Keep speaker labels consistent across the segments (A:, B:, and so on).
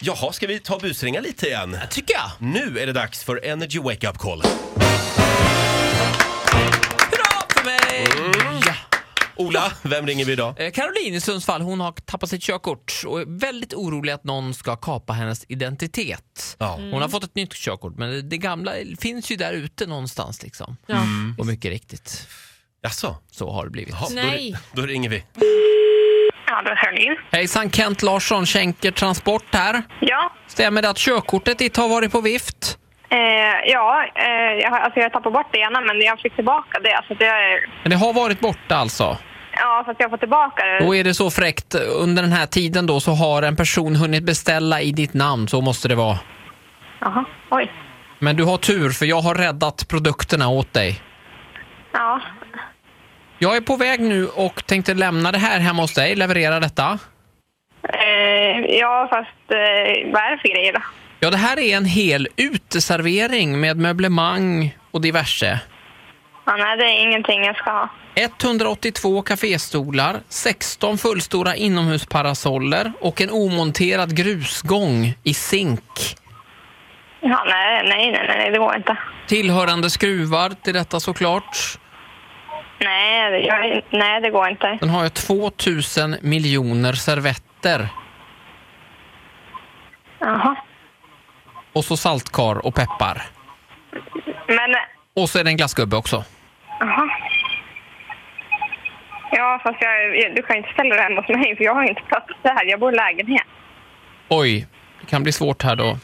A: Jaha, ska vi ta och busringa lite igen?
B: Tycker jag.
A: Nu är det dags för Energy Wake Up Call.
B: Hurra för mig! Ja.
A: Ola, vem ringer vi idag?
B: Eh, Caroline i Sundsvall hon har tappat sitt körkort och är väldigt orolig att någon ska kapa hennes identitet.
A: Ja.
B: Hon har fått ett nytt körkort men det gamla finns ju där ute någonstans. Liksom.
C: Ja.
A: Mm.
B: Och mycket riktigt,
A: Jaså?
B: så har det blivit.
A: Jaha, då,
C: Nej.
A: ri- då ringer vi.
D: Hallå, Caroline.
B: Hejsan, Kent Larsson, Schenker Transport här.
D: Ja,
B: Stämmer det att körkortet ditt har varit på vift?
D: eh, ja eh, jag, har- alltså jag tappade bort det ena, men jag fick tillbaka det. Så att jag,
B: Men det har varit borta alltså?
D: ja, så att jag får tillbaka det.
B: Då är det så fräckt, under den här tiden då så har en person hunnit beställa i ditt namn, så måste det vara.
D: Jaha, oj.
B: Men du har tur för jag har räddat produkterna åt dig.
D: Ja,
B: Jag är på väg nu och tänkte lämna det här hemma hos dig, leverera detta.
D: eh, ja fast eh, vad är det för grejer då?
B: Ja, det här är en hel uteservering med möblemang och diverse.
D: Ja, nej, det är ingenting jag ska ha.
B: 182 kaféstolar, 16 fullstora inomhusparasoller och en omonterad grusgång i zink.
D: Ja, nej, nej, nej, nej, det går inte.
B: Tillhörande skruvar till detta såklart.
D: Nej, det, jag, nej, det går inte.
B: Sen har jag 2000 miljoner servetter
D: Jaha.
B: och så saltkar och peppar.
D: Men, eh,
B: Och så är det en glassgubbe också.
D: jaha. Ja, fast jag, jag- du kan ju inte ställa det hemma hos mig, för jag har ju inte plats här. Jag bor i lägenhet.
B: Oj, det kan bli svårt här då.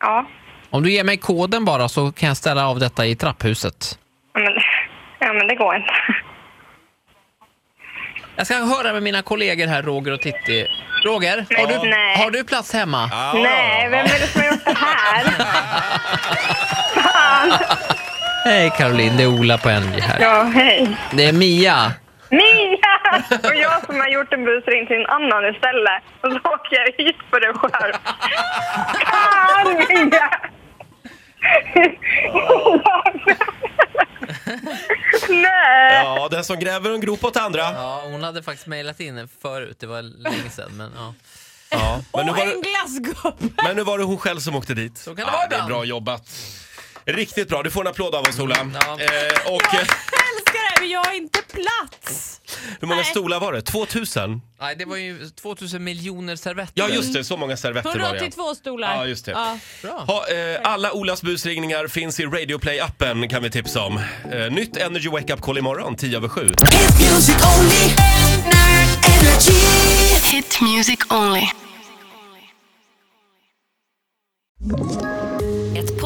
D: Ja,
B: Om du ger mig koden bara så kan jag ställa av detta i trapphuset.
D: ja, men, ja, men det går inte.
B: Jag ska höra med mina kollegor här, Roger och Titti. Roger, har du,
D: Nej.
B: har du plats hemma?
A: Ah,
D: Nej, vem är det som har gjort det här?
B: Hej Caroline, det är Ola på NJ här.
D: Ja, hej.
B: Det är Mia.
D: Mia! Och jag som har gjort en busring till en annan istället. Och så åker jag hit på det själv. Fan, Mia! Nej!
A: Ja, den som gräver en grop åt andra.
B: Ja, hon hade faktiskt mejlat in förut, det var länge sedan. Men, ja.
A: Ja. Men, nu
C: Och
A: var
C: en
A: det,
C: glassgubbe!
A: men nu var det hon själv som åkte dit.
B: Så kan det vara
A: det är
B: ibland.
A: bra jobbat. Riktigt bra. Du får en applåd av oss, Ola.
B: Ja.
A: Eh, och, eh,
C: Älskar det, men jag har inte plats!
A: hur många
C: Nej.
A: stolar var det? 2000?
B: Nej, det var ju 2000 miljoner servetter.
A: Ja, just det. Så många servetter var det.
C: 182 stolar.
A: Ja, just det.
B: Bra.
A: Ha, eh, alla Olas busringningar finns i Radioplay-appen kan vi tipsa om. Eh, nytt Energy Wake Up Call imorgon, 10 över 7.
E: Hit music only. Nerd energy.
F: Hit music only.
G: Ett